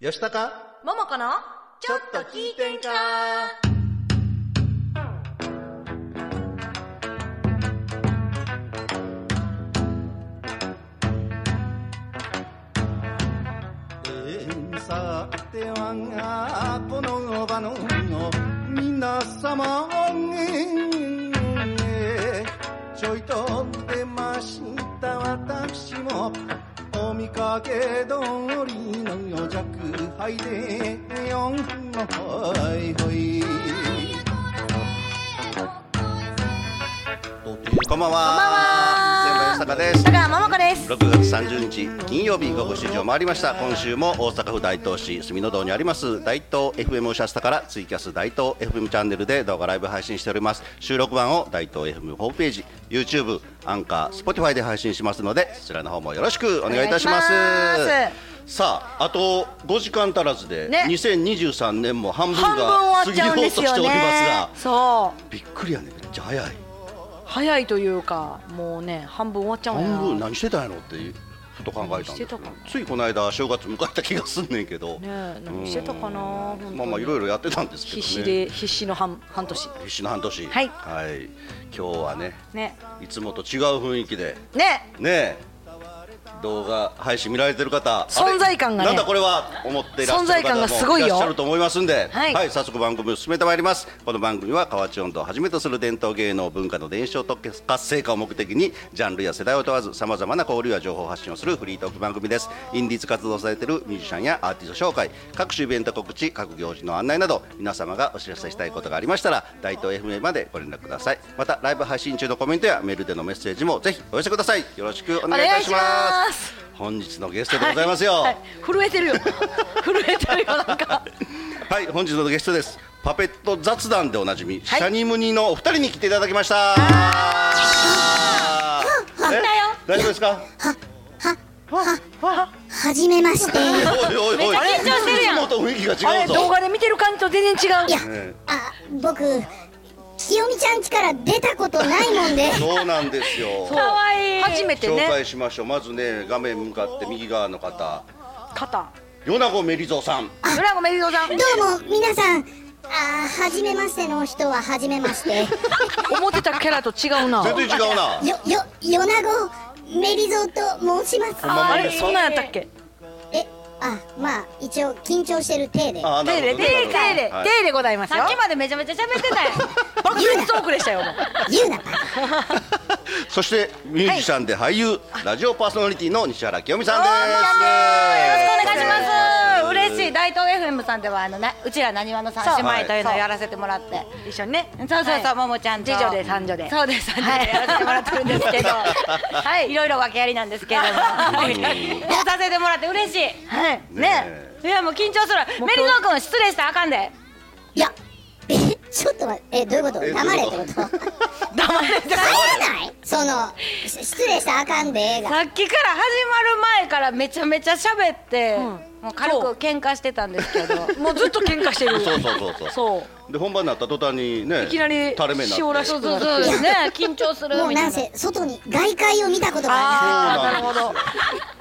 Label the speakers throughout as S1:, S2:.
S1: よしたか
S2: ももこのちょっと聞いてんか
S1: えーさてはこの場の皆様えーちょいと出ました私もお見かけ通りの弱敗でよんほいほいこんばんはこんばん
S2: は
S1: 先輩吉高です
S2: だからももこです
S1: 6月30日金曜日午後7時を回りました今週も大阪府大東市住の堂にあります大東 FM おしゃスタからツイキャス大東 FM チャンネルで動画ライブ配信しております収録版を大東 FM ホームページ YouTube アンカー Spotify で配信しますのでそちらの方もよろしくお願いいたします
S2: お願いし
S1: さああと5時間足らずで、
S2: ね
S1: 2023年も半分
S2: 半分
S1: が
S2: 終
S1: 過
S2: わっちゃうん
S1: ぎようと
S2: で
S1: して
S2: す
S1: おり
S2: よ
S1: ます
S2: ね
S1: が
S2: そう
S1: びっくりやねめっちゃ早い
S2: 早いというかもうね半分終わっちゃうんやな
S1: 半分何してたんやろってふと考えたんだ
S2: 何し
S1: け
S2: て
S1: ど
S2: たかな
S1: ついこの間正月迎えた気がすんねんけど、
S2: ねえ何してたかな本当に
S1: まあまあいろいろやってたんですけどね
S2: 必死で必死の半半年
S1: 必死の半年
S2: はい
S1: 今日はね
S2: ね
S1: いつもと違う雰囲気で
S2: ね
S1: ねえ動画配信見られてる方
S2: 存在感がね
S1: あれなんだこれは思っていらっしゃる
S2: 存在感がす
S1: 方も
S2: ご
S1: い
S2: いよ
S1: らっしゃると思いますんで、
S2: はい
S1: 早速番組を進めてまいりますこの番組は河内音頭をはじめとする伝統芸能文化の伝承と活性化を目的にジャンルや世代を問わずさまざまな交流や情報を発信をするフリートーク番組ですインディーズ活動をされているミュージシャンやアーティスト紹介各種イベント告知各行事の案内など皆様がお知らせしたいことがありましたら大東 FM までご連絡くださいまたライブ配信中のコメントやメールでのメッセージもぜひお寄せくださいよろしくお願いいたしま
S2: お
S1: す
S2: 願いします
S1: 本日のゲストでございますよ、
S2: はい震えてるよ 震えてるよなんか
S1: はい、本日のゲストです。パペット雑談でおなじみ、
S2: はい
S1: シャニムニのお二人に来ていただきました。え
S3: だよ
S1: 大丈夫ですか？
S3: はじめまして。
S1: おいおいお
S2: め
S1: い。
S2: っちゃ緊張してるやん
S1: いつもと雰囲気
S2: あ
S1: が違
S2: れ
S1: う
S2: 動
S1: ぞ。
S2: 画で見てる感じと全然違う
S3: いや
S1: ね、
S3: あ、僕、きよみちゃん家から出たことないもん で。
S1: そうなんで すよ。
S2: 可愛い初めて
S1: 紹
S2: ね
S1: 介しましょう。まずね、画面向かって右側の方、
S2: 肩
S1: ヨナゴメリゾさん。
S2: ブラゴメリゾさん
S3: どうも、皆さん、あー、はじめましての人ははじめま して。
S2: 思ってたキャラと違うな
S1: 全然違うな。
S3: よ、よ、よなご、メリゾと申します。
S2: あれそんなんやったっけ
S3: え、あ、まあ、一応緊張してる体で。
S1: あー、な
S2: 手
S1: る
S2: で
S1: ほ
S2: 手
S1: ど。
S2: で
S1: なるほ
S2: 手
S1: ど
S2: で
S1: はい
S2: 手でございますよ
S4: さっきまでめちゃめちゃ喋って たよ
S2: 爆裂トークでしたよもう
S3: 言うな、
S1: そしてミュージシャンで俳優、ラジオパーソナリティの西原清美さんです。
S4: お願いします嬉しい大東 FM さんではあのなうちらなにわの三姉妹というのをやらせてもらって
S2: 一緒にね
S4: そうそうそう、
S2: はい
S4: ももちゃんと
S2: 次女で三女で
S4: そうです三女でやらせてもらってるんですけどはいいろいろ訳ありなんですけれどもやらせてもらって嬉しい
S2: はい
S1: ね
S4: ねいやもう緊張する
S2: もう今日
S4: メリゾー君失礼したらあかんで
S3: いや、え、ちょっと待って、え、どういうこと
S1: え
S3: 黙れってこと
S2: 黙れ
S3: 帰らないその、し失礼したらあかんでええが。
S4: さっきから始まる前からめちゃめちゃ喋って、
S2: ん
S4: もう軽く喧嘩してたんですけど
S2: もうずっと喧嘩してる
S1: そうそうそうそう
S2: そう
S1: で本番になった途端にね
S2: いきなり
S1: 垂れ目になって
S2: 塩らし
S1: そ
S2: く
S1: う
S4: そうそうそうね緊張する
S3: もう
S4: みた
S3: ないん
S4: な
S3: せ、外に外界を見たことがない。
S1: なんですよ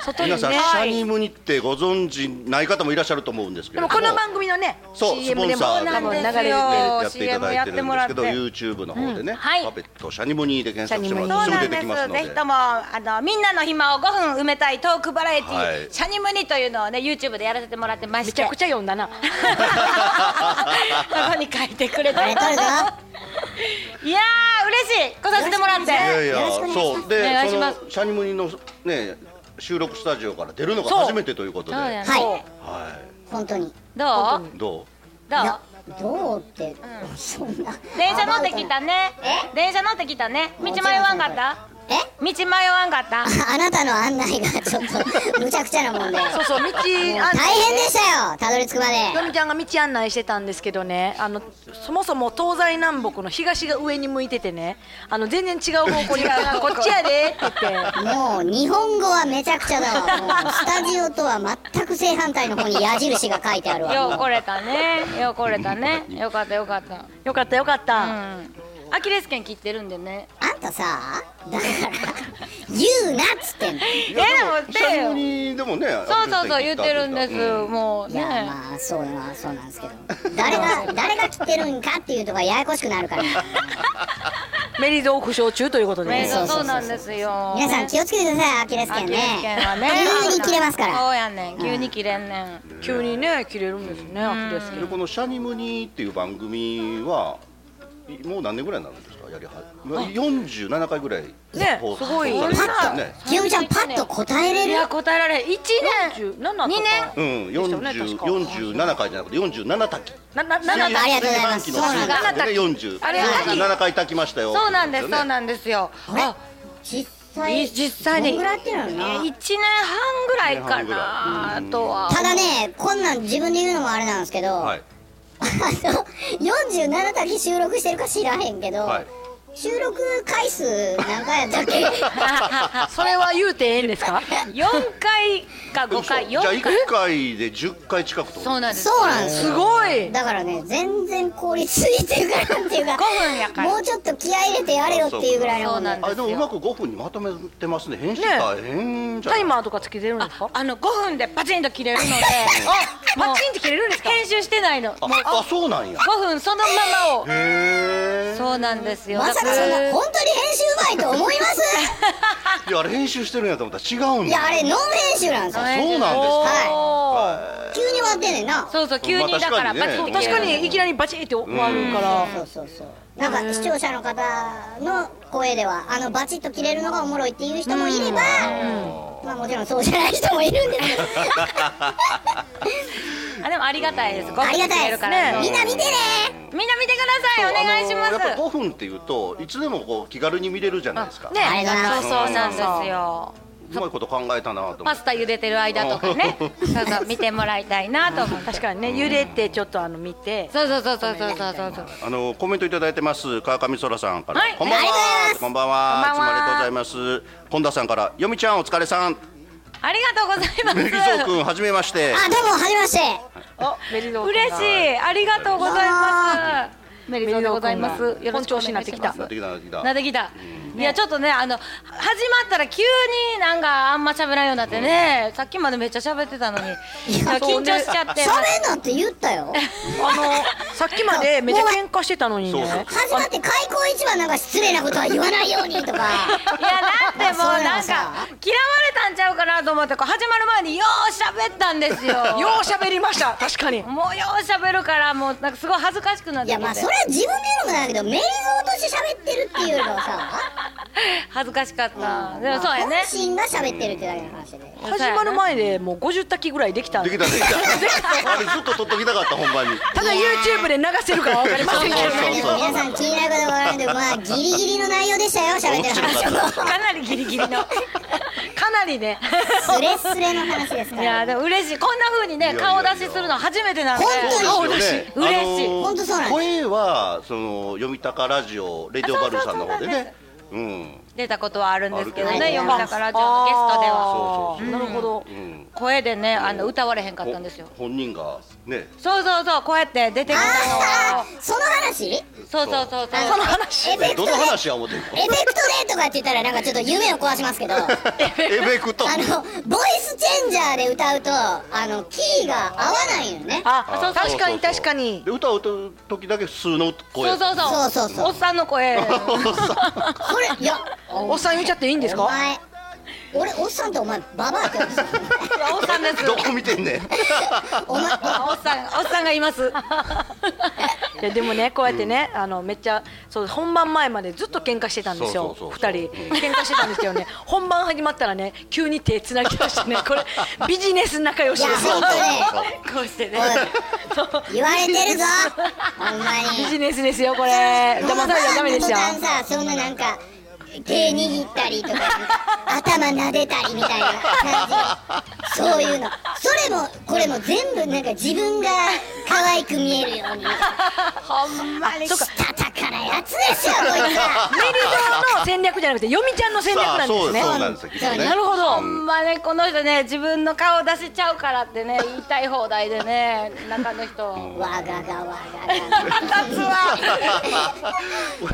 S2: 外にね
S1: 皆さん、シャニムニってご存知ない方もいらっしゃると思うんですけ
S2: で
S1: れど
S2: もこ
S1: も
S2: の番組のね
S1: そう
S2: CM で
S1: ス
S2: も
S1: ポン
S2: 多
S1: サーで
S2: 分流れてる
S1: やっていただいてるんですけど
S4: CM や
S1: YouTube の方でね、
S4: はい
S1: パペットシャニムニで検索してもら
S4: そうう
S1: とす
S4: な
S1: ぐ
S4: ん
S1: 出
S4: で
S1: てきます
S4: す。
S1: の
S4: ぜ
S1: で
S4: ひともあのみんなの暇を5分埋めたいトークバラエティー、
S1: はい
S4: シャニムニというのをね YouTube でやらせてもらってま
S2: め
S4: し
S2: ち
S4: て
S2: ゃくちゃ読んだな
S4: そこに書いてくれて
S3: あれ取るぞ。
S4: いやー嬉しい来させてもらって
S3: よ
S1: いやいや
S3: よろしくお願いしま
S1: そ
S3: す
S1: う
S4: お
S1: で
S4: 願い
S1: そ
S4: します
S1: のシャニムニのね収録スタジオから出るのが
S2: そう
S1: 初めてということで
S4: そう
S1: は
S4: や
S1: い
S4: ね
S3: はい、本当に。
S4: どう
S1: ど
S4: ど
S3: いや
S4: う、
S3: どうって、そんな。
S4: 電車乗ってきたね電車乗ってきたね道迷わんかった
S3: え
S4: 道迷わんかった
S3: ああなたの案内がちょっとむちゃくちゃなもんで。もう
S2: そうそう 道あ
S3: 大変でしたよ、たどり着くま
S2: の
S3: で。
S2: みちゃんが道案内してたんですけどねあのそもそも東西南北の東が上に向いててねあの全然違う方向 にこっちやでって言って
S3: もう日本語はめちゃくちゃだ わ。もうスタジオとは全く正反対の方に矢印が書いてあるわ。
S4: よう来れたねよう来れたねよかったよかった
S2: よかったよかった、
S4: うんアキレス腱切ってるんでね
S3: あんったさだから言うなっつってんの
S4: え
S1: い
S4: で
S1: や
S4: も
S1: でも
S4: 手
S1: 久しぶりでもね
S4: そうそうそう言ってるんです、
S1: うん
S4: もう
S3: いや
S4: ね
S3: まあそうなそうなんですけど誰 が誰が切ってるんかっていうとこがややこしくなるから
S2: メリゾー負傷中ということで
S4: ね
S3: そ
S4: そうう
S3: そうそうそう
S4: なんですよ
S3: 皆さん
S4: ね
S3: 気をつけてくださいアキレス
S4: あ
S3: 腱
S4: 急に危険はね
S3: ね急に切れますから
S4: そうやねん急に切れんねん
S2: 急にね切れるんですねアキレス
S1: でこの「シャニムニ」っていう番組はいもう何年ぐらいになるんですかやりはまあ47回ぐらい
S2: ね
S1: 放送
S2: すごい
S1: されてますよね
S3: きよみちゃんパッと答えれ
S4: い
S3: る
S4: や答えられん1年
S2: 47とか
S4: 二年
S1: うん
S2: よね確
S1: 40
S2: か
S1: 47回じゃなくて47滝
S2: ななな
S3: ありがとうございま
S1: 炊飯
S3: す
S1: 器の炊
S4: そうなんだ
S1: 飯器
S4: あれは
S1: でね40 47回炊きましたよ
S4: そうなんですそう
S1: ね
S4: なんですよあ
S3: 実
S4: い
S3: 際
S4: 実際に
S3: どんぐらいやってるの
S4: え
S3: かな
S4: ー一年半ぐらいかなあとは
S3: ただねこんなん自分で言うのもあれなんですけど、
S1: はい
S3: あの47滝収録してるか知らへんけど、
S1: はい
S3: 収録回数何回やったっけ
S2: それは言うてええんですか
S4: 四回か五回
S1: じ
S4: 四
S1: ゃあ
S4: 回
S1: 1回で10回近くと
S4: そうなんです
S3: そうなんです
S2: す
S3: よ
S2: ごい
S3: だからね全然効率いいっていうかなんていうか
S4: 五分やから
S3: もうちょっと気合い入れてやれよっていうぐらいのもん
S4: そうなん
S3: で
S4: で
S1: あれでもうまく5分にまとめてますね編集大変じゃ
S2: タ
S1: な
S2: イ
S1: い
S2: マーとかつけてるんですか
S4: あの5分でパチンと切れる ので
S2: パチンって切れるんですか
S4: 編集してないの
S1: あ
S4: もう
S1: あそうなんや
S4: 5分そのままを
S1: へえ
S4: そうなんですよ
S3: まさかそんな
S4: だら
S3: 本当に編集うまいと思います
S1: いやあれ編集してるんやと思ったら違うん
S3: いや
S1: だ
S3: あれノン編集なんですよ
S1: あそうなんですか
S4: は
S3: 急に終わってんねんない
S4: そうそう急にだから
S1: まあ
S4: パ
S1: 確
S4: チ
S1: か
S4: ン
S1: にね
S4: と
S2: 確
S4: 切
S2: か
S4: れる
S2: にいきなりバチって終わるから
S3: そうそうそうなんか視聴者の方の声ではあのバチッと切れるのがおもろいっていう人もいれば、まあもちろんそうじゃない人もいるんですけ ど
S4: あでもありがたいです5
S3: あ
S4: 分
S3: りが
S4: で切
S3: たい
S4: れ
S3: で
S4: る
S3: す
S4: から
S3: みんな見てね
S4: みんな見てくださいお願いしま
S1: あのやっぱ
S4: す
S1: 5分っていうといつでもこう気軽に見れるじゃないですか、
S4: ね
S3: ありがとうございます
S4: そうそうなんですよ
S1: うまいこと考えたなと思
S4: パ
S1: っ
S4: スタ茹でてる間とかねそうそう見てもらいたいなと思って
S2: 確かにね茹でてちょっとあの見て
S4: そうそうそうそうそうそうそう
S1: てあのコメントいただいてます川上そらさんから、
S4: はい
S1: こんばんは
S3: ありがとうございます
S1: こんばんは
S4: こん
S1: つ
S4: ばんはい
S1: もありがとうございます本田さんからよみちゃんお疲れさん
S4: ありがとうございます
S1: メリゾーくんはじめまして
S3: あどうもはじめまして
S2: あメリゾー
S4: 嬉しいありがとうございますメリゾーでございます
S2: メリゾー君が
S4: よろしくお
S2: 本調
S4: 願いしま
S2: 子に
S4: す
S2: なってきた
S1: なってきたなってきた
S4: なってきたいやちょっとねあの始まったら急になんかあんま喋らんようになってねさっきまでめっちゃ喋ってたのになんか緊張しちゃって
S3: 喋んなって言ったよ
S2: あのさっきまでめっちゃ喧嘩してたのに
S1: そうそう
S2: ね
S3: 始まって開口一番なんか失礼なことは言わないようにとか
S4: いやだって
S3: そ
S4: もう
S3: う
S4: な
S3: や
S4: ん
S3: さ
S4: か嫌われたんちゃうかなと思ってこう始まる前によう喋ったんですよ
S2: よう喋りました確かに
S4: もうよう喋るからもうなんかすごい恥ずかしくなっ
S3: い
S4: てき
S3: や
S4: て
S3: まあそれは自分で言うのもなんだけどメイゾーとして喋ってるっていうのはさ
S4: 恥ずかしかったでもそうやね
S3: 本心が喋ってるってだけの話で
S2: 始まる前でもう50滝ぐらいできたん
S1: で
S2: で
S1: きたできた あれずっと撮っときたかったほんまに
S2: ただ YouTube で流せるかは分かりませんけ
S1: そう
S2: ど
S1: そうそう
S3: 皆さん気になることがあるんでまあギリギリの内容でしたよ喋ってる話も
S1: 面白かっ
S4: かなりギリギリの
S2: かなりね
S3: スレスレの話ですか
S4: いや
S3: ら
S4: でも嬉しいこんな風にね
S1: いやいやいや
S4: 顔出しするの初めてなんで
S3: 本当に
S1: そうですよね
S4: 嬉しい
S1: あのー
S3: 本当そうなんです
S1: 声はその読みたかラジオレディオバルーンさんの方でねうん
S4: 出たことはあるんですけど
S1: あるけ
S4: ね
S1: ど
S4: 読みだからラジオのゲストでは
S1: は
S2: あーなるほど
S1: うん
S4: 声でねあの歌われへんかったんですよ
S1: ほ本人がね
S4: そうそうそうこうやって出てきたの
S3: あ
S4: は
S3: ーその話
S4: そうそうそう
S3: あ
S4: そう
S3: エフェク
S1: ど
S3: トで
S1: の話や思ってんの
S3: エフェクトでとかって言ったらなんかちょっと夢を壊しま すけどあ
S1: エフェクト
S3: のボイスチェンジャーで歌うとあのキーが合わないよね
S2: あ
S1: あ
S2: 確かに
S1: そうそうそう
S2: 確かに
S1: で歌を歌う時だけ普通の声
S4: そうそう
S3: そう
S4: そ
S3: そううそう
S4: おっさんの声
S3: それいや
S2: おっさん言っちゃっていいんです
S3: お
S2: か
S3: 前俺おっさんとお前ババアって言うんですよ
S4: おっさんです
S1: どこ見てんねん
S3: お前
S4: おっさんおっさんがいます
S2: いやでもねこうやってね、あのめっちゃそう本番前までずっと喧嘩してたんですよ
S1: そうそうそうそう
S2: 2人喧嘩してたんですけどね本番始まったらね急に手つなぎ出してねこれビジネス仲良しですよ
S3: いや本
S2: こうしてね
S3: おい言われてるぞほんま
S2: ビ
S3: に
S2: ジネスですよこれ 騙されちゃダメですよ
S3: このバーのボタンさそんななんか手握ったりとか頭撫でたりみたいな感じそういうのそれもこれも全部なんか自分が可愛く見えるように
S4: ほんまに
S3: したたからややつですよこいつは
S2: メリゾーの戦略じゃなくて、よみちゃんの戦略なんですね。
S1: そうそうなんですよきっとね
S2: なるほど。
S4: ほんまねこの人ね自分の顔出せちゃうからってね言いたい放題でね中の人
S3: わががわがが
S4: 立つ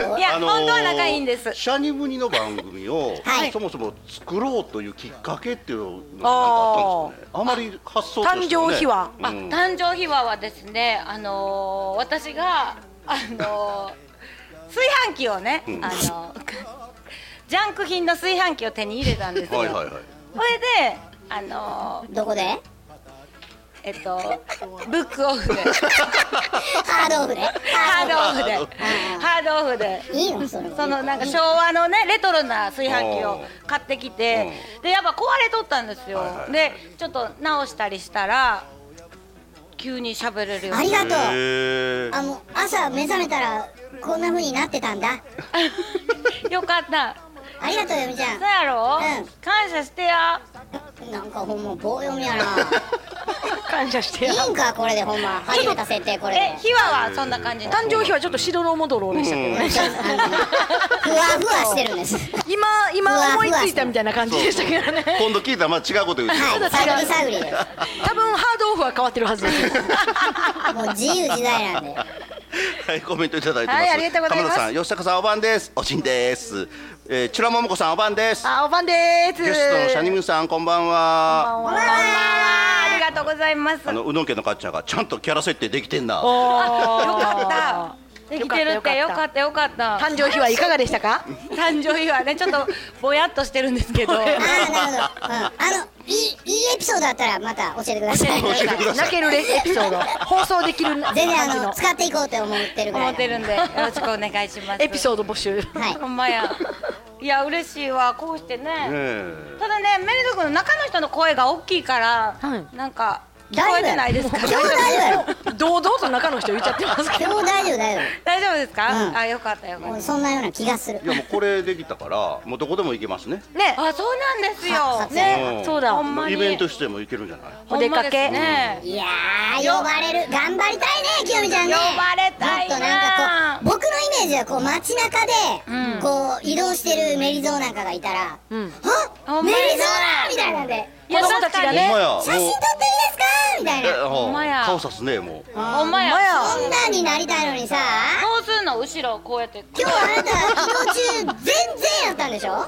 S4: わ いや
S1: あのー
S4: 本当は仲いいんです
S1: シャニムニの番組を、
S3: はい
S1: そもそも作ろうというきっかけっていうのがあったんですよね。あまり発想として、ね、
S2: 誕生秘話
S1: うん
S4: あ誕生秘話はですね、あのー私が、あのー炊飯器をね、あのージャンク品の炊飯器を手に入れたんですよ。
S1: はいはいはい。
S4: それで、あの ー
S3: どこで
S4: えっと、ブックオフで、
S3: ハードオフで
S4: ハ
S3: ハ
S4: ードオフで、ハードオフで。
S3: ードいいのそれは
S4: そのなんか昭和のねレトロな炊飯器を買ってきてでやっぱ壊れとったんですよ、
S1: はいはい
S4: でちょっと直したりしたら急に喋れるよう
S3: あ
S4: に
S3: りがとう
S1: へー
S3: あもう朝目覚めたらこんな風になってたんだ
S4: よかった
S3: ありがとうよみちゃ
S4: そうやろ、
S3: うん
S4: 感謝してや
S3: んなんかほんま棒読み やな
S2: 感謝してや。
S3: いいんかこれでほんま初めた設定これで
S4: え秘話はそんな感じ
S2: 誕生秘話ちょっとしどろもどろでしたけどね。
S3: ふわふわしてるん です
S2: 今今思いついたみたいな感じでしたけどね。
S1: 今度聞いたらまあ違うこと言うてるかも
S3: 探り探りです
S2: 多分ハードオフは変わってるはずです。
S3: もう自由自在 なんで
S1: はい、コメントいただいてます。
S4: はいありがとうございま
S1: 鎌
S4: す
S1: 田さん、吉高さん、おばんです。おしんです。えー、チュラももこさん、おばんです。
S2: あおばんでーす。
S1: ゲストのシャニムンさん、こんばんは。
S4: こんばんはありがとうございます
S1: あの、うどん家のかっちゃんが、ちゃんとキャラ設定できてんな。
S2: おー
S4: よかったできてるってよかったよかった
S2: 誕生秘話いかがでしたか？
S4: 誕生日はねちょっと ぼやっとしてるんです けど
S3: ああなるほど、うん、あのいいいいエピソードあったらまた教えてくだ さい
S1: 教えてください
S2: 泣けるエピソード放送できる感
S3: 全然
S2: じ
S3: あの
S2: の
S3: 使っていこうと思ってるぐら
S4: 思
S3: い
S4: ってるんでよろしくお願いします
S2: エピソード募集。
S3: はい
S4: ほんまやいや嬉しいわこうしてね
S1: ねえ
S4: ただねメリド君の中の人の声が大きいから、
S2: はい
S4: なんか聞
S3: 大丈夫
S4: こえてないですか
S3: 今日大丈夫や
S2: 堂々と中の人言っちゃってますけど。
S3: ろ今日大丈夫大丈
S4: 大丈夫ですか、
S3: うん
S4: あよかったよか
S3: 夫
S4: っ
S3: もうそんなような気がする
S1: いや、もう、これできたから、もうどこでも行けますね。
S4: たねあそうなんです
S3: さ
S4: よ
S3: 撮影
S4: ね
S1: ん
S2: そうだ
S4: ほんまに
S1: イベントしても行けるんじゃない。
S4: ほんま
S2: お出
S4: です
S2: かけ
S4: ね
S3: いやー呼ばれる頑張りたいね清美ちゃんね
S4: 呼ばれた
S3: もっ
S4: いな
S3: となんかこう僕のイメージはこう街中で、こう移動してるメリゾーなんかがいたら「
S2: ん
S3: あ
S4: ほん
S3: メ
S4: まや
S3: リゾーだ!」みたいなんで
S4: いや
S2: 子供たちがね
S1: ほんまや。もう
S3: 「写真撮っていいですか?」みたい
S1: え
S3: な
S1: ほ
S4: ほんまや
S1: 顔さすね、もう。
S4: ほんまや
S2: ほんまや
S4: そ
S3: そんなんになりたいのにさ
S4: うすんの後ろこうやって
S3: 今日あなた移動中全然やったんでしょ
S4: だっ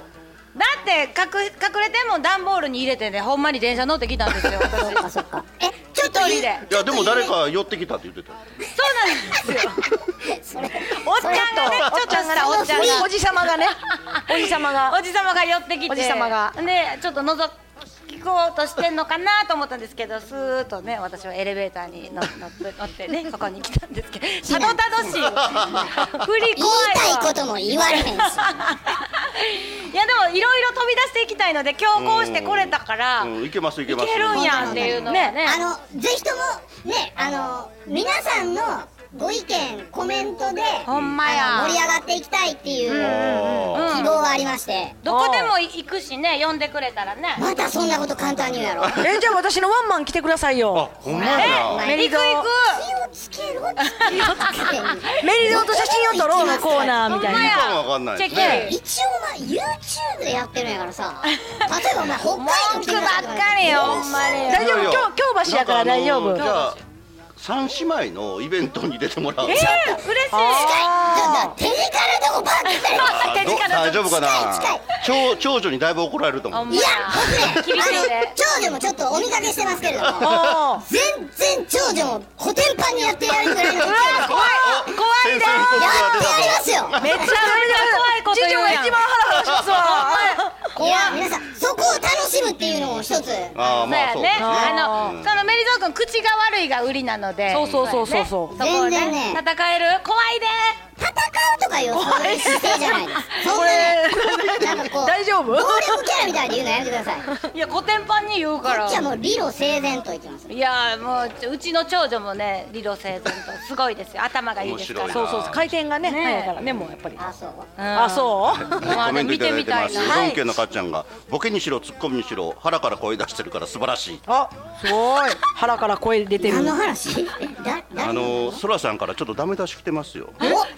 S4: て隠隠れても段ボールに入れてねほんまに電車乗ってきたんで すよ私そうなん
S3: あそっかえちょっと
S4: 一人で
S1: いや、でも、誰か寄ってきたって言ってたよ。
S4: ですよ
S3: それ
S4: おっちゃんがねちょっとしたおっちゃんが
S2: おじさまがね。おじさまが。
S4: おじさまが寄ってきて
S2: おじさまが
S4: でちょっと覗こうとしてんのかなと思ったんですけどスーッとね私はエレベーターに乗乗って乗っ てねここに来たんですけどたどたどしい振り
S3: 言いた
S4: 怖い
S3: いこ
S4: わ
S3: とも言われへんし
S4: いやでもいろいろ飛び出していきたいので今日こうしてこれたから
S1: うん、行けます、行け
S4: い
S1: ます。
S4: けるんやっていうのをね
S3: あのぜひともねあの皆さんのご意見コメントで
S4: ほんま
S3: あの
S4: や
S3: 盛り上がっていきたいっていう
S1: あー。
S3: 希望がありまして、
S4: どこでも行くしね呼んでくれたらね
S3: またそんなこと簡単に言うやろ気
S2: えじゃあ私のワンマン来てください
S1: あ
S2: よ。、
S1: ほんまやな。
S4: 行く行
S3: を
S4: く
S3: つけろ気をつけろ
S2: メリゾーと写真を撮ろうのコーナーみたい
S4: ほんま
S2: な
S4: や。
S1: かもわかんないです
S4: チェ
S1: ね
S4: キ。
S3: 一応まあ YouTube でやってるんやからさ例えばお前北海道
S4: 文
S3: 来
S4: 句
S3: て
S4: ば
S3: るや
S4: っ
S3: つとか
S4: かりよほんま
S2: 大
S4: に
S2: 丈夫
S1: いやいや
S2: 京京橋やから大丈夫
S1: なんかあのじゃあ三姉妹のイベントに出てもらう。
S4: えー嬉し
S3: 近い
S4: い
S3: ちょっと手近なとこばっかり
S1: あど大丈夫かな
S3: 近い
S1: 長長女にだいぶ怒られると思う
S4: ほん
S3: い
S4: ま
S3: や、
S4: 厳
S3: 僕
S4: し
S3: ね、
S4: い
S3: あ
S4: ね
S3: の、長女もちょっとお見かけしてますけれども、
S2: おー
S3: 全然長女もコテンパンにやってやるぐらいの勢いで、や
S4: 怖い怖い
S1: 先生に告
S3: ってやり
S1: が
S3: ますよ。
S4: めっちゃめちゃ怖いこ
S2: 事
S4: と言う
S2: 情が
S4: やん
S2: 一番ハラハラしますわ。
S3: いや、皆さん、そこを楽しむっていうのも一つ、
S1: 出たああ
S4: そう
S1: まあ
S4: や
S1: そう
S4: ね
S1: ですね
S4: あ
S1: うん
S4: のそのメリゾー君口が悪いが売りなので
S2: そうそうそうそうそう
S4: やねこを
S3: 全然ね
S4: 戦える怖いで
S3: 戦うとかいうそういう姿勢じゃないです。そんなね、なんかこう、
S2: 大丈夫
S3: 暴力キャラみたいで言うのやめてください。こ
S4: いやコテンパンに言うから
S3: っちはもう理路整然といきます。
S4: いやもうちうちの長女もね理路整然とすごいですよ頭がいいですから
S1: 面白
S2: そそ
S1: いう
S2: うそう回転がね
S4: ね
S2: 早いからねもうやっぱり。
S3: あ、そう。
S4: うん
S2: あそう。
S4: ま
S1: コ
S4: あ
S1: メ
S4: ね
S1: ントい
S4: 見
S1: ただい
S4: て
S1: て
S4: みた
S1: ます
S4: いな
S1: ド
S4: は
S1: ン
S4: い
S1: ケのかっちゃんがボケにしろツッコミにしろ腹から声出してるから素晴らしい
S2: あすごい腹から声出てる
S3: 何。の話だ、
S1: あ
S3: 誰の
S1: のそらさんからちょっとダメ出し来てますよ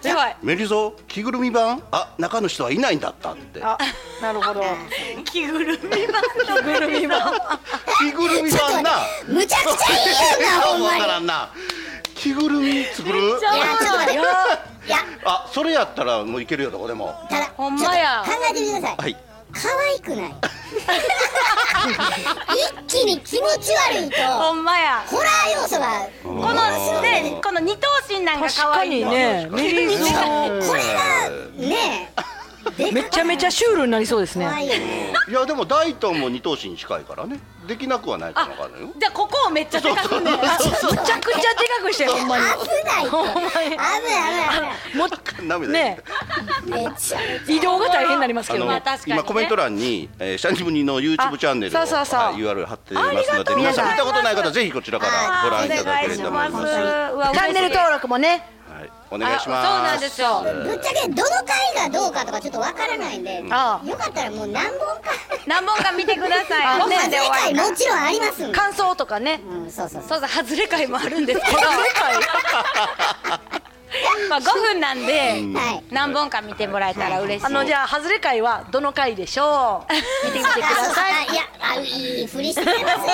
S4: すごい
S1: メリ理蔵着ぐるみ版あ中の人はいないんだったって
S2: あなるほど
S4: 着ぐるみ版
S2: 着ぐるみは
S1: 着ぐるみ版な
S3: むちゃくちゃいい なほんま
S1: わ
S3: にい
S1: か
S3: や
S1: らんな着ぐるみ作る
S3: ちょっと待っていや
S1: あそれやったらもういけるよどこでも
S3: ただ
S4: ほんまや
S3: ちょっと考えてみてください
S1: はい
S3: 可愛くない一気に気持ち悪いと
S4: ほんまや
S3: ホラー要素がこ
S4: このねこの二頭身なんか
S2: 確
S4: 可
S2: か
S4: 愛い
S2: に
S4: よ
S2: ねメリーズ
S3: これがねえ
S2: めちゃめちゃシュールになりそうです
S3: 可愛
S2: ね
S3: いよね
S1: いやでも大トンも二頭身に近いからねできなくはないかもわかんないよ
S4: じゃあここをめっちゃでかくね
S2: むちゃくちゃでかくしてほんまに
S3: 危ない
S2: ほんまにも
S1: 涙出てきた
S2: ね
S3: 危ない危ないめっちゃめち
S2: 移動が大変になります
S1: あ
S2: けど
S1: の、
S4: まあ確かにね
S1: 今コメント欄に、えー、シャンジムニの YouTube チャンネル
S2: そ
S1: を
S2: うそうそう
S1: はい URL 貼ってますので皆さん見たことない方ぜひこちらからご覧いただければと思います。
S4: うわ
S2: チャンネル登録もね
S1: はい、お願いします。
S4: あそうなんですよ
S3: ゃぶっちゃけどの回がどうかとかちょっとわからないんでよ
S2: あ
S3: かったらもう何本か
S4: 何本か見てください
S3: もう
S4: 本
S3: 外
S4: 編で
S3: れ
S4: 終わり
S3: 回もちろんありますんで
S2: 感想とかね
S3: うんそうそうそう
S4: そうそう外れ会もあるんですけどまあ5分なんで
S3: はい
S4: 何本か見てもらえたら嬉しい
S2: あのじゃあ外れ回はどの回でしょう見てみてください
S3: あいやあいいふりしてくれますねありがと
S1: もう
S3: うございます
S1: ミ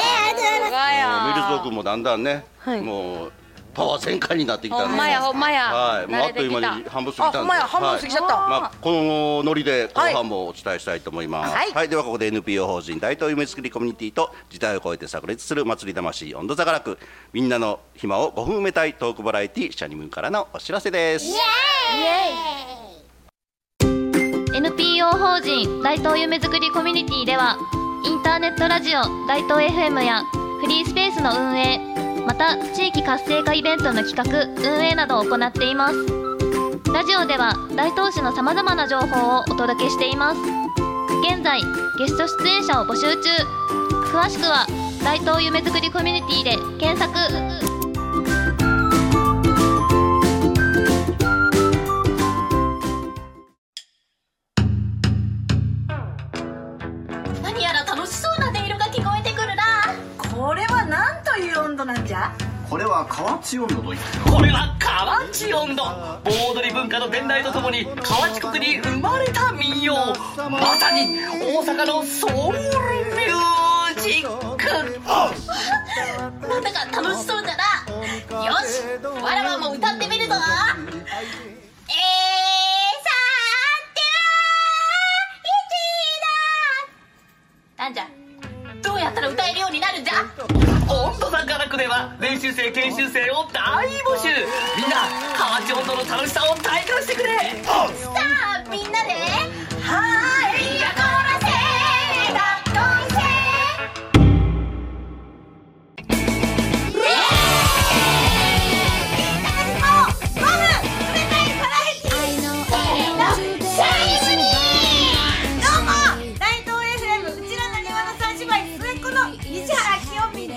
S1: ルズオ
S4: や
S1: 君もだんだんね、
S2: はい
S1: もうパワー全開になってきたん
S4: ほ
S1: で。
S4: んまやほんまや
S1: はい、もうあっという
S4: 慣れてきた
S1: 間に半分過ぎたん
S2: あ
S1: で。
S2: ほんまや半分過ぎちゃった、
S1: はいまあ、このノリで後半もお伝えしたいと思います、は
S2: はいい
S1: ではここで NPO 法人大東夢作りコミュニティと時代を超えて炸裂する祭り魂温度差がなくみんなの暇を5分埋めたいトークバラエティシャニムンからのお知らせです、
S5: NPO 法人大東夢づくりコミュニティではインターネットラジオ大東 FM やフリースペースの運営また地域活性化イベントの企画運営などを行っていますラジオでは大東市のさまざまな情報をお届けしています現在ゲスト出演者を募集中詳しくは大東夢づくりコミュニティで検索
S6: 何やら楽しそうな音色が聞こえてくるな
S2: これはなんという温度なんじゃ
S7: これは河内温度といって
S8: これは河内音頭盆踊り文化の伝来とともに河内国に生まれた民謡まさに大阪のソウルミュージック
S6: なんだか楽しそうだなよしわらわも歌ってみるぞえーさーてーいちだなんじゃどうやったら歌えるようになるんじゃ
S8: 音頭さんからくでは練習生研修生を大募集みんな河内音頭の楽しさを体感してくれ
S6: さあみんなではーいやこらせだっこいせ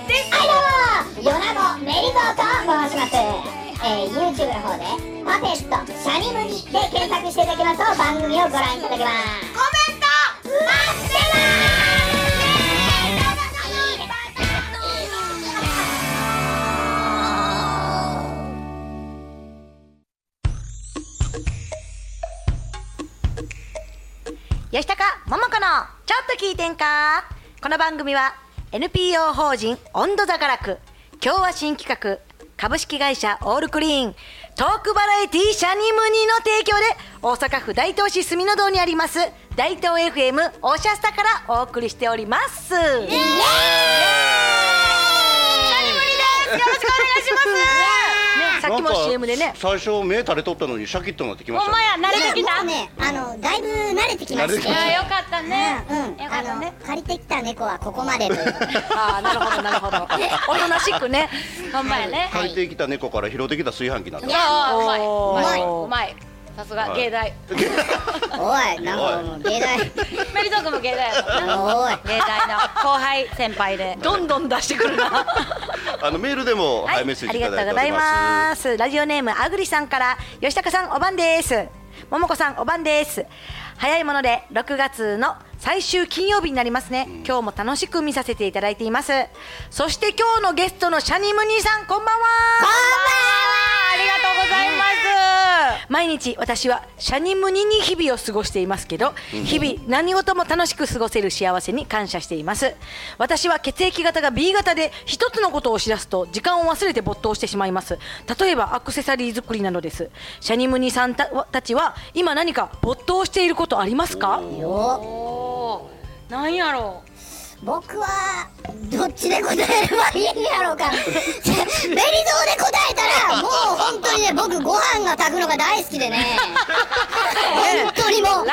S3: ヨナゴメリゾーと申します、えー、YouTube の方で「パペットシャニムニ」で検索していただけますと番組をご覧いただけますコメント待って
S2: 吉高桃子のちょっと聞いてんかこの番組は NPO 法人温度座がらく今日は新企画株式会社オールクリーントークバラエティシャニムニの提供で大阪府大東市住の堂にあります大東 FM オシャスタからお送りしておりますね、さっきも CM でね
S1: 最初目垂れとったのにシャキッとなってきまし
S4: ほん
S1: た
S4: ま
S1: ね
S4: や慣れて
S3: い
S4: き
S3: やも
S4: た
S3: うねあのだいぶ慣れてきまし
S1: 慣れて
S3: た
S1: きま
S4: い
S1: し
S4: やよかったね
S3: うん、うん
S4: よかった
S3: あの
S4: ね
S3: 借りてきた猫はここまでという
S2: ああなるほどなるほど おとなしくね
S4: ほんまやね
S1: 借りてきた猫から拾ってきた炊飯器なんだ
S4: ああうまいうま
S2: おー
S4: いうまいさすが
S1: はい
S4: 芸大
S3: おいなんかもう芸大
S4: メリゾー君も芸大やもんな
S3: おい
S4: 芸大の後輩先輩で
S2: どんどん出してくるな
S1: あのメールでも、はい、メッセージい
S2: あ
S1: た
S2: り
S1: だ
S2: がとう
S1: いてお
S2: ござ
S1: り
S2: い
S1: ます
S2: ますラジオネームあぐりさんから吉高さんお晩です桃子さんお晩です早いもので6月の最終金曜日になりますね、今日も楽しく見させていただいていますそして今日のゲストのシャニムニーさんこんばんはこんばんはありがとうございます毎日私はシャニムニに日々を過ごしていますけど日々何事も楽しく過ごせる幸せに感謝しています私は血液型が B 型で一つのことを知らすと時間を忘れて没頭してしまいます例えばアクセサリー作りなどですシャニムニさんたたちは今何か没頭していることありますか
S3: よ
S4: おーなんやろう
S3: 僕はどっちで答えればいいんやろうか ベリゾーで答えたらもう本当にね僕ご飯が炊くのが大好きでね本当にもう
S4: 楽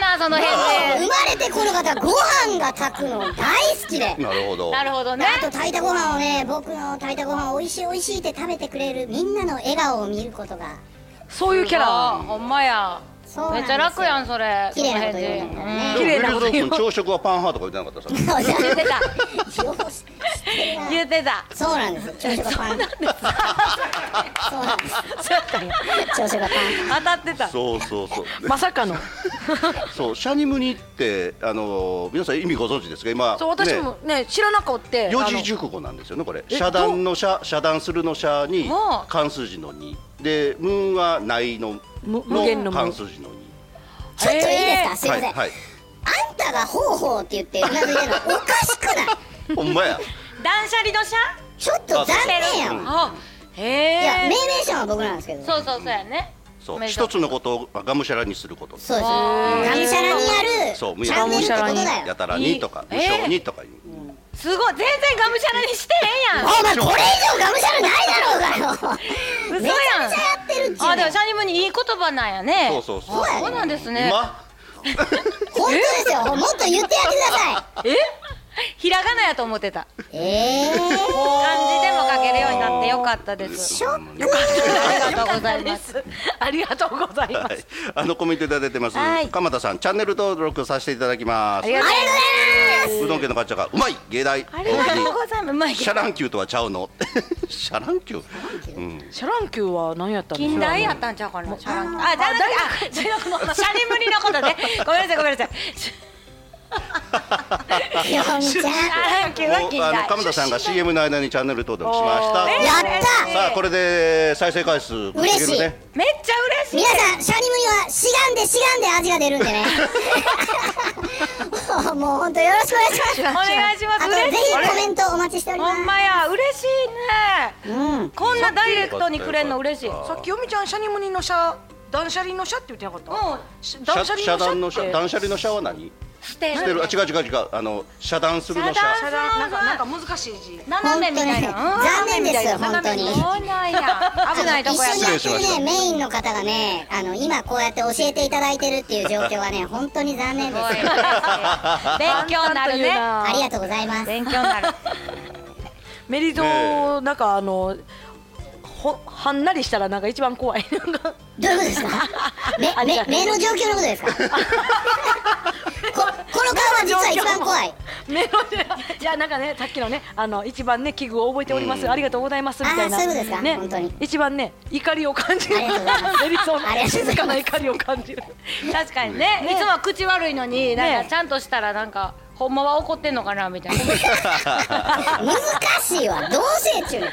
S4: やなその辺で
S3: 生まれてこの方ご飯が炊くの大好きで
S1: なるほど
S4: なるほどね
S3: あと炊いたご飯をね僕の炊いたご飯を美味しい美味しいって食べてくれるみんなの笑顔を見ることが
S2: そういうキャラ
S4: あほんまや
S3: そうなん
S4: め
S3: で
S4: っ
S3: す
S4: ちゃ
S3: よ
S4: 楽やんそれ
S3: 綺麗なこと言うんだよね
S2: 綺麗な
S1: でも
S2: こと言う
S1: ベルゾー君朝食はパン派とか言ってなかったさ
S3: そうなん
S4: 言ってた
S3: ですよ
S4: 言ってた
S3: そうなんです朝食がパンそうなんです朝食がパン
S4: 当たってた
S1: そうそうそう
S2: まさかの
S1: そうシャニムニってあの皆さん意味ご存知ですか今
S2: そう私もね知らなかって
S1: 四
S2: あの
S1: 字熟語なんですよねこれ
S2: え
S1: 遮断の遮遮断するの遮に
S4: はあ
S1: 関数字の2で無ンはないの
S2: 無無限の無
S1: 関数字の2
S3: ちょっといいですかすいま
S1: は
S3: せん、
S1: いはい
S3: あんたが「ほうほう」って言ってうなずいてるのおかしく ない
S1: ほんまや
S4: 断捨離の車
S3: ちょっと残念やわ
S4: あへ
S3: いや命
S4: え
S3: 名者は僕なんですけど
S4: そうそうそうやねお
S1: そう
S4: めでとう
S1: 一つのことをがむしゃらにすること
S3: そうですがむしゃらにやるチ
S1: そう
S3: ャンネルってことだよ
S1: やたらにとか
S4: い
S1: 無
S4: い
S1: 償にとかいう
S4: すごい全然がむしゃらにしてへんやん
S3: お前これ以上がむしゃらないだろうがよ
S4: 嘘やん
S3: めちゃめちゃやってるっちゅう
S4: あでもシャニムにいい言葉なんやね
S1: そうそうそう
S3: そうやね
S4: そうなんですね
S1: ま
S3: 本当ですよもっと言ってやってください
S4: えひらがなやと思ってた
S3: ええ
S4: 漢字でも書けるようになってよかったです
S3: ショック
S4: ありがとうございます
S2: ありがとうございます
S1: はいあのコメントいただいてます
S2: はい
S1: 鎌田さんチャンネル登録させていただきます
S2: がとうございます
S1: うどん家のガチャがうまい芸大
S4: ありがとうございますうまい
S1: シャランキューとはちゃうの シャランキューうん
S2: シャランキューは何やったんです
S4: 近
S2: か
S4: 代やったんちゃうかなシャランあじゃあじゃあシャニムニのこと ねごめんなさいごめんなさい
S3: ヨンちゃん
S4: シャランキューは近
S1: おあの
S4: 代
S1: 鎌田さんが CM の間にチャンネル登録しました
S4: えー
S3: やっ
S1: さあこれで再生回数
S3: 嬉しい
S1: 稼げるね
S4: めっちゃ嬉しい
S3: 皆さんシャニムニはしがんでしがんで味が出るんで ね もう本当よろしくお願いし ます
S4: お願いしま
S3: あ
S4: す
S3: とぜ
S4: 嬉しい
S3: ひコメントお待ちしておりま
S4: ほ
S3: す
S4: んまや嬉しいね
S3: うん
S4: こんなダイレクトにくれんの嬉しい
S2: さっきよみちゃんシャニムニのシャ断捨離のシャって言ってなかった
S4: うん
S2: し
S1: 遮
S2: 断捨離
S1: 遮断
S2: の
S1: の
S2: シャっ
S1: 遮
S2: て
S1: 断捨離の遮は何
S4: 捨て
S1: 捨てるあ違う違う違うあの遮断するの遮
S4: 遮
S2: 遮断
S4: 断
S2: なんかなんか難しい字
S4: 斜めみたいな
S3: 本当に残念ですよ
S4: うん斜めみたいな
S3: 本
S4: そうなんや危ない と
S3: 一
S4: こや
S3: 緒に
S4: な
S3: やってるねメインの方がねあの今こうやって教えていただいてるっていう状況はね本当に残念です
S4: すごい勉強になるね
S3: ありがとうございます
S4: 勉強になる
S2: メリゾーなんかあのほはんなりしたらなんか一番怖いなんか
S3: どういうことですか
S2: あ
S3: 目
S2: じゃ
S3: 目
S2: あ
S3: 目の状況のことですかここの顔は実は一番怖い
S2: メロディーじゃあなんかねさっきのねあの一番ね器具を覚えております、ありがとうございますみたいな
S3: あーそういうことですか
S2: ね
S3: 本当に
S2: 一番ね怒りを感じる
S3: ありがとうございます
S2: メリゾー
S3: ありがとうござ
S2: 静
S3: います
S2: かな怒りを感じる
S4: 確かにねいつもは口悪いのになん
S2: ね
S4: かちゃんとしたらなんかほんまは怒ってんのかなみたいな
S3: 難しいわどうせっちゅうねん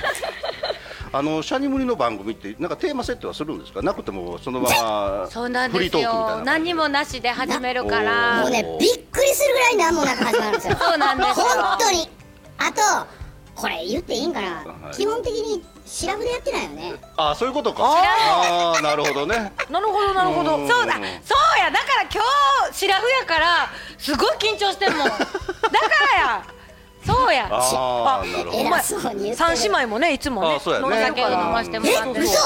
S1: あのシャニムニの番組ってなんかテーマ設定はするんですかなくてもそのまま
S4: そうなん
S1: フリ
S4: で
S1: ー
S4: す
S1: トークみたい
S4: よ
S1: な
S4: 何もなしで始めるか
S1: あ
S4: ら
S3: もうねびっくりするぐらい何もなく始まるんですよ
S4: そうなんですよ
S3: 本当にあとこれ言っていいんかな、
S1: はい
S3: 基本的にシラフでやってないよね
S1: あそういうことかああーなるほどね
S2: なるほどなるほど
S1: うん
S4: そうだ、そうや、だから今日シラフやから、すごい緊張してん もん。だからや、そうや、
S1: ああなるほど
S3: 偉そうに言って
S2: 三
S3: る
S2: 姉妹もねいつもね
S1: あそうやね
S2: 飲んで
S4: お
S2: る
S4: 酒
S2: から
S4: を飲ませても
S3: え
S4: らってる。
S3: 嘘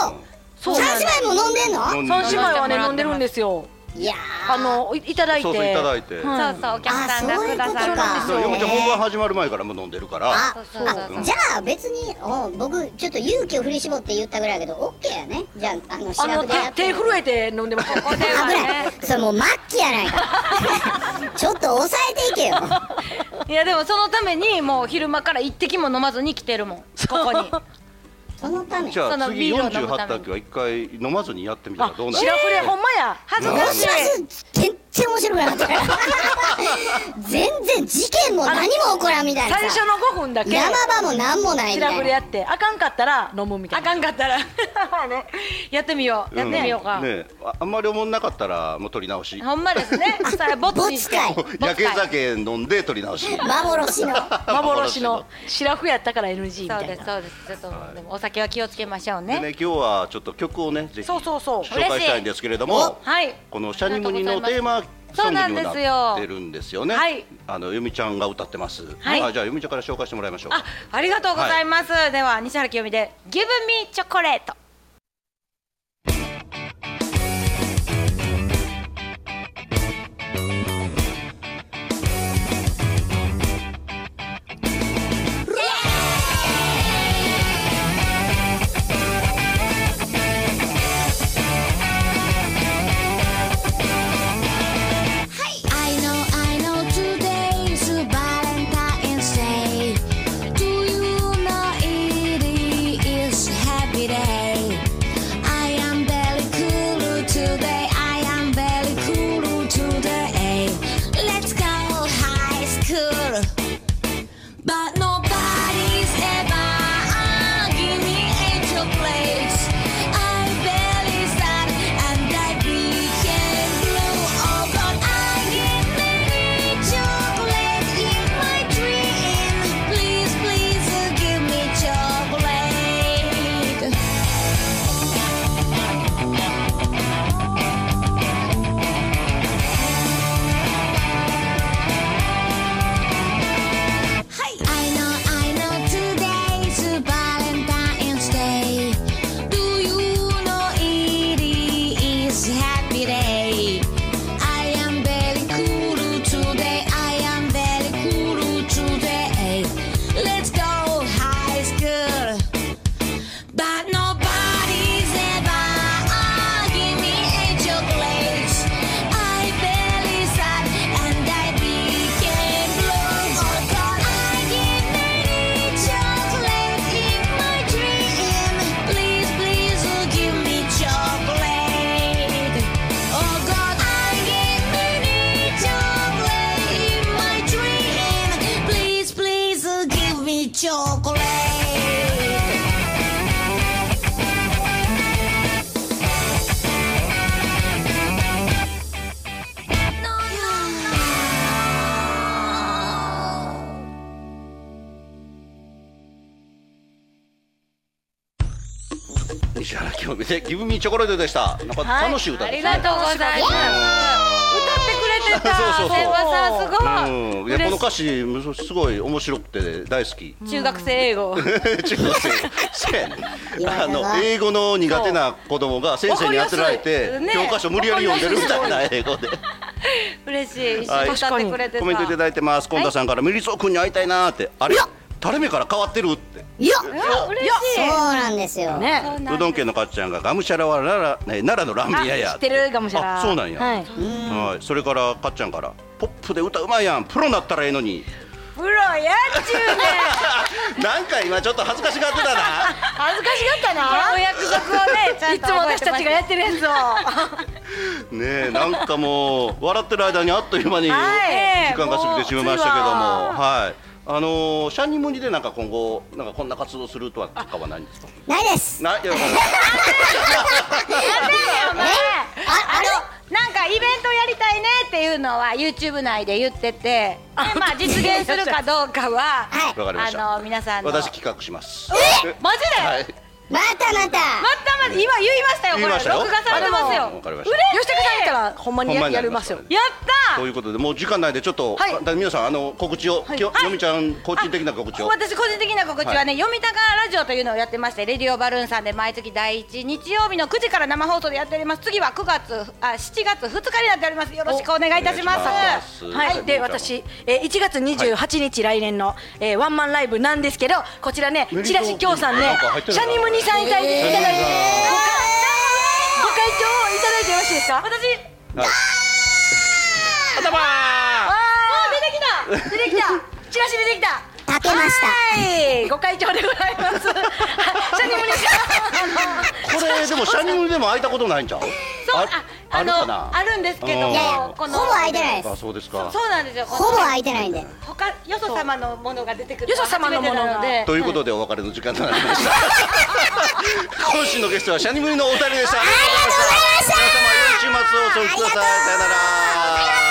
S2: そうなん
S3: 三
S2: です
S3: 姉妹も飲んでんの
S1: 飲んで
S2: 三姉妹はね
S4: 飲
S2: 飲
S4: ん
S2: ん
S4: で
S2: で
S4: る
S2: るんですよ
S3: いや
S2: あのいいただいて
S1: そうそういただいて
S2: うん
S4: そうそう、お客さんがくださる
S3: あ
S1: そうよみちゃん
S3: ね
S1: 本番始まる前からもう飲んでるから
S3: あ
S4: そうそうそうそう
S3: あじゃあ別にお僕ちょっと勇気を振り絞って言ったぐらいやけどオッケーやねじゃああの
S2: あ
S3: シラ
S2: の
S3: フでや
S2: 手
S3: って
S2: 手震えて飲んでますここで
S4: は
S3: 危
S4: ね
S3: ない それもう末期やないかちょっと抑えていけよ
S4: いや、でもそのために、もう昼間から一滴も飲まずに来てるもん、ここに。
S3: そのため
S1: じゃ
S4: そ
S1: あ
S4: の
S1: 次
S4: ビールを飲むため
S1: 48
S4: に
S1: 卓は一回飲まずにやってみたら
S2: あ
S1: どうなる
S2: シラフでほんまや
S4: 恥ず
S3: も
S4: かし
S3: し
S4: い。
S3: ます全然面白くなかったから全然事件も何も起こらんみたいなさ
S2: 最初の5分だけ
S3: 山場も何もない
S2: ち
S3: み
S2: ら
S3: た
S2: ふ
S3: い
S2: り
S3: な
S2: やってあかんかったら飲むみたい
S4: あ
S2: な
S4: かんかったらまあねやってみようやってみようか、
S1: ねえああんまりおもんなかったらもう取り直し
S4: ほんまで すねさあボツにして
S3: ボツ
S1: やけ酒飲んで取り直 し
S3: 幻の
S2: 幻のシラフやったから NG み
S4: そう
S2: たい
S4: です
S2: な
S4: そうですちょっと、でもお酒は気をつけましょう
S1: で
S4: ね
S1: ね今日はちょっと曲をねぜひ
S2: そうそうそう
S1: 紹介したいんですけれども
S4: はい
S1: この「シャニムニ」のテーマソングにもなってるんですよね
S4: はい
S1: あの由美ちゃんが歌ってます
S4: はい
S1: あじゃあ由美ちゃんから紹介してもらいましょう
S4: あありがとうございます、では西原清美で「Give me チョコレート」
S9: I know, I know today is Valentine's Day. Do you know it is happy day? I am very cool today. I am very cool today. Let's go high school. But nobody's ever giving me a chocolate. I barely start and I became blue. Oh, but I give me chocolate in my dream. Please, please give me chocolate. I know, I know today's Valentine's Day. Do you know it is happy day? I am very cool today. I am very cool today. Let's go high school. But nobody's ever give me a chocolate. I barely sat and I became blue. Oh God, I give me chocolate in my dream. Please, please oh, give me chocolate. Oh God, I give me chocolate in my dream. Please, please oh, give me chocolate. No, no, no.
S1: 西原清美で「ギブミーチョコレート」でしたなんか楽しい歌
S4: あ
S1: で
S4: り
S1: す
S4: が
S1: ね
S4: とうございます歌ってくれてた
S1: そうそうそう
S4: 千葉さんすごい,、
S1: うんいやこの歌詞むすごい面白くて大好き
S4: 中学生英 語
S1: 中学生そうやねあの英語の苦手な子供が先生にあつられて
S4: わかりやすいね
S1: 教科書無理やり読んでるみたいな英語で
S4: 嬉しい一緒
S1: はい
S4: に歌ってくれてた
S1: コメントいただいてます近田さんから「ミリソー君に会いたいな」って「あれ垂れ目から変わってる」って
S3: いや
S4: あ嬉しい
S3: そうなんですよ
S2: ね
S4: そうなんだ
S1: うどん家のかっちゃんが「がむしゃらは奈良,、ね、奈良のラーメン屋や」
S2: あ知ってるがむしゃら
S1: あそうなんや、
S2: は
S1: はいいそれからかっちゃんから「ポップで歌うまいやんプロなったらええのに
S4: プロやっちゅうね ん」
S1: なんか今ちょっと恥ずかしがってたな
S2: 恥ずかしかった
S4: これ
S2: な
S4: お約束をねちゃん
S2: いつ
S4: と
S2: も
S4: 覚え
S2: 私
S4: て
S2: た
S4: ま
S2: ち
S4: す
S2: がやってるやつを
S1: ねえなんかもう笑ってる間にあっという間に時
S4: い
S1: 間が過ぎてしまいましたけど
S2: も
S1: も
S2: う次
S1: はいあのーシャニムニでなんか今後なんかこんな活動するとはとかはないんですか
S3: ないです
S1: ないや
S4: お前あのなんかイベントやりたいねっていうのは YouTube 内で言っててでまあ実現するかどうかは
S3: はい
S1: わかりました
S4: あの皆さんの
S1: 私企画しますえ
S4: マジで、
S1: はい
S3: またまた
S4: またまた今言いましたよこ
S1: 言いました
S4: れ
S1: よ
S4: 録画されてますよ
S1: わかりました
S4: 嬉しい
S2: 吉高さんいたらほんまに
S1: ほんま
S2: や
S1: にな
S2: や
S1: り
S2: り
S1: ま
S2: ますす
S1: よ
S2: よ
S1: ね
S4: やった
S1: ということでもう時間ないんでちょっと、
S2: はい
S1: 簡単に皆さんあの告知を、きよ
S4: はい
S1: よみちゃん個人的な告知を
S4: 私個人的な告知はね、読みたがラジオというのをやってまして、レディオバルーンさんで毎月第1日曜日の9時から生放送でやっております。次は9月あ7月2日になっております。よろしくお願いいたしま。
S1: お願いしますす
S2: はい、で私、えー、1月28日、来年の、えーワンマンライブなんですけどこちらね
S1: メリット
S2: チラシ協賛ね
S1: なんか入ってる
S2: シ
S1: な
S2: ャニムニさんいただいて、ご会ご会長をいただいてよろしいですか私
S1: 頭
S2: あー出てきた出てきたチラシ出てきた
S3: 立てました
S2: はいご会長でござい ますシャニムニさんあの
S1: これでもシャニムニでも会いたことないんちゃう
S4: そうあ
S1: あ
S4: あ
S1: あるかな
S4: あるんですけど
S1: うん
S3: いやいや、
S4: も
S3: ほ
S4: こ
S3: ぼ
S4: の
S3: 空いてないで
S1: あ
S3: す。
S1: そうです
S4: そ
S1: か
S4: そうなんですよ
S3: ほぼ空いてないんで。
S4: 他よそ様のものが出てくる
S2: よそ様のものが
S4: 初めてなので
S1: ということでお別れの時間となりました今週のゲストはシャニムニのお二人でしたありがとうございました皆様良い週末をお過ごしくださいさよなら